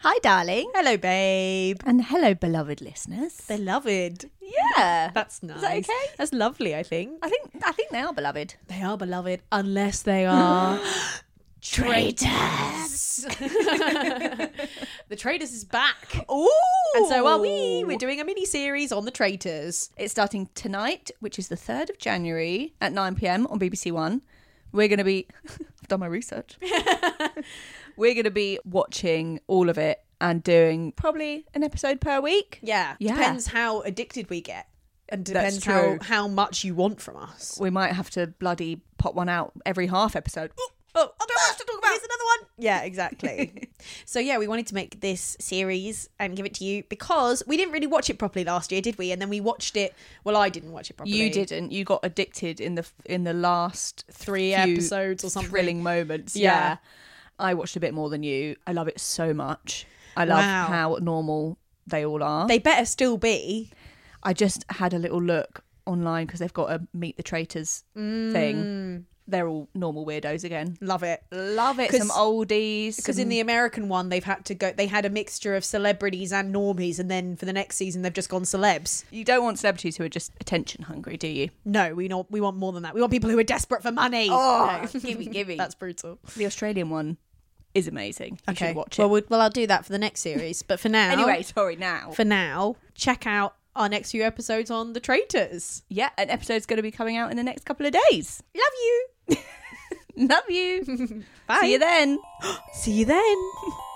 Hi, darling. Hello, babe. And hello, beloved listeners. Beloved. Yeah. That's nice. that okay? That's lovely, I think. I think I think they are beloved. They are beloved, unless they are. Traitors. the Traitors is back. Ooh. And so are we. We're doing a mini series on the Traitors. It's starting tonight, which is the 3rd of January at 9 pm on BBC One. We're going to be, I've done my research. We're going to be watching all of it and doing probably an episode per week. Yeah. Yeah. Depends how addicted we get. And That's depends true. how, how much you want from us. We might have to bloody pop one out every half episode. Oh, I don't want to talk about. Here's another one. Yeah, exactly. so yeah, we wanted to make this series and give it to you because we didn't really watch it properly last year, did we? And then we watched it. Well, I didn't watch it properly. You didn't. You got addicted in the in the last three few episodes or something. Thrilling moments. Yeah. Yeah. I watched a bit more than you. I love it so much. I love Wow. how normal they all are. They better still be. I just had a little look online because they've got a meet the traitors thing. They're all normal weirdos again. Love it. Love it. Mm. 'Cause- Some oldies. Because in some- the American one, they've had to go. They had a mixture of celebrities and normies, and then for the next season, they've just gone celebs. you don't want celebrities who are just attention hungry, do you? No, we not. We want more than that. We want people who are desperate for money. Oh, No. gimme, gimme. that's brutal. the Australian one is amazing. You should watch it. Well, we'll, well, I'll do that for the next series. But for now, anyway, sorry now. for now, check out our next few episodes on the traitors. yeah, an episode's going to be coming out in the next couple of days. Love you. Love you. Bye. See you then. See you then.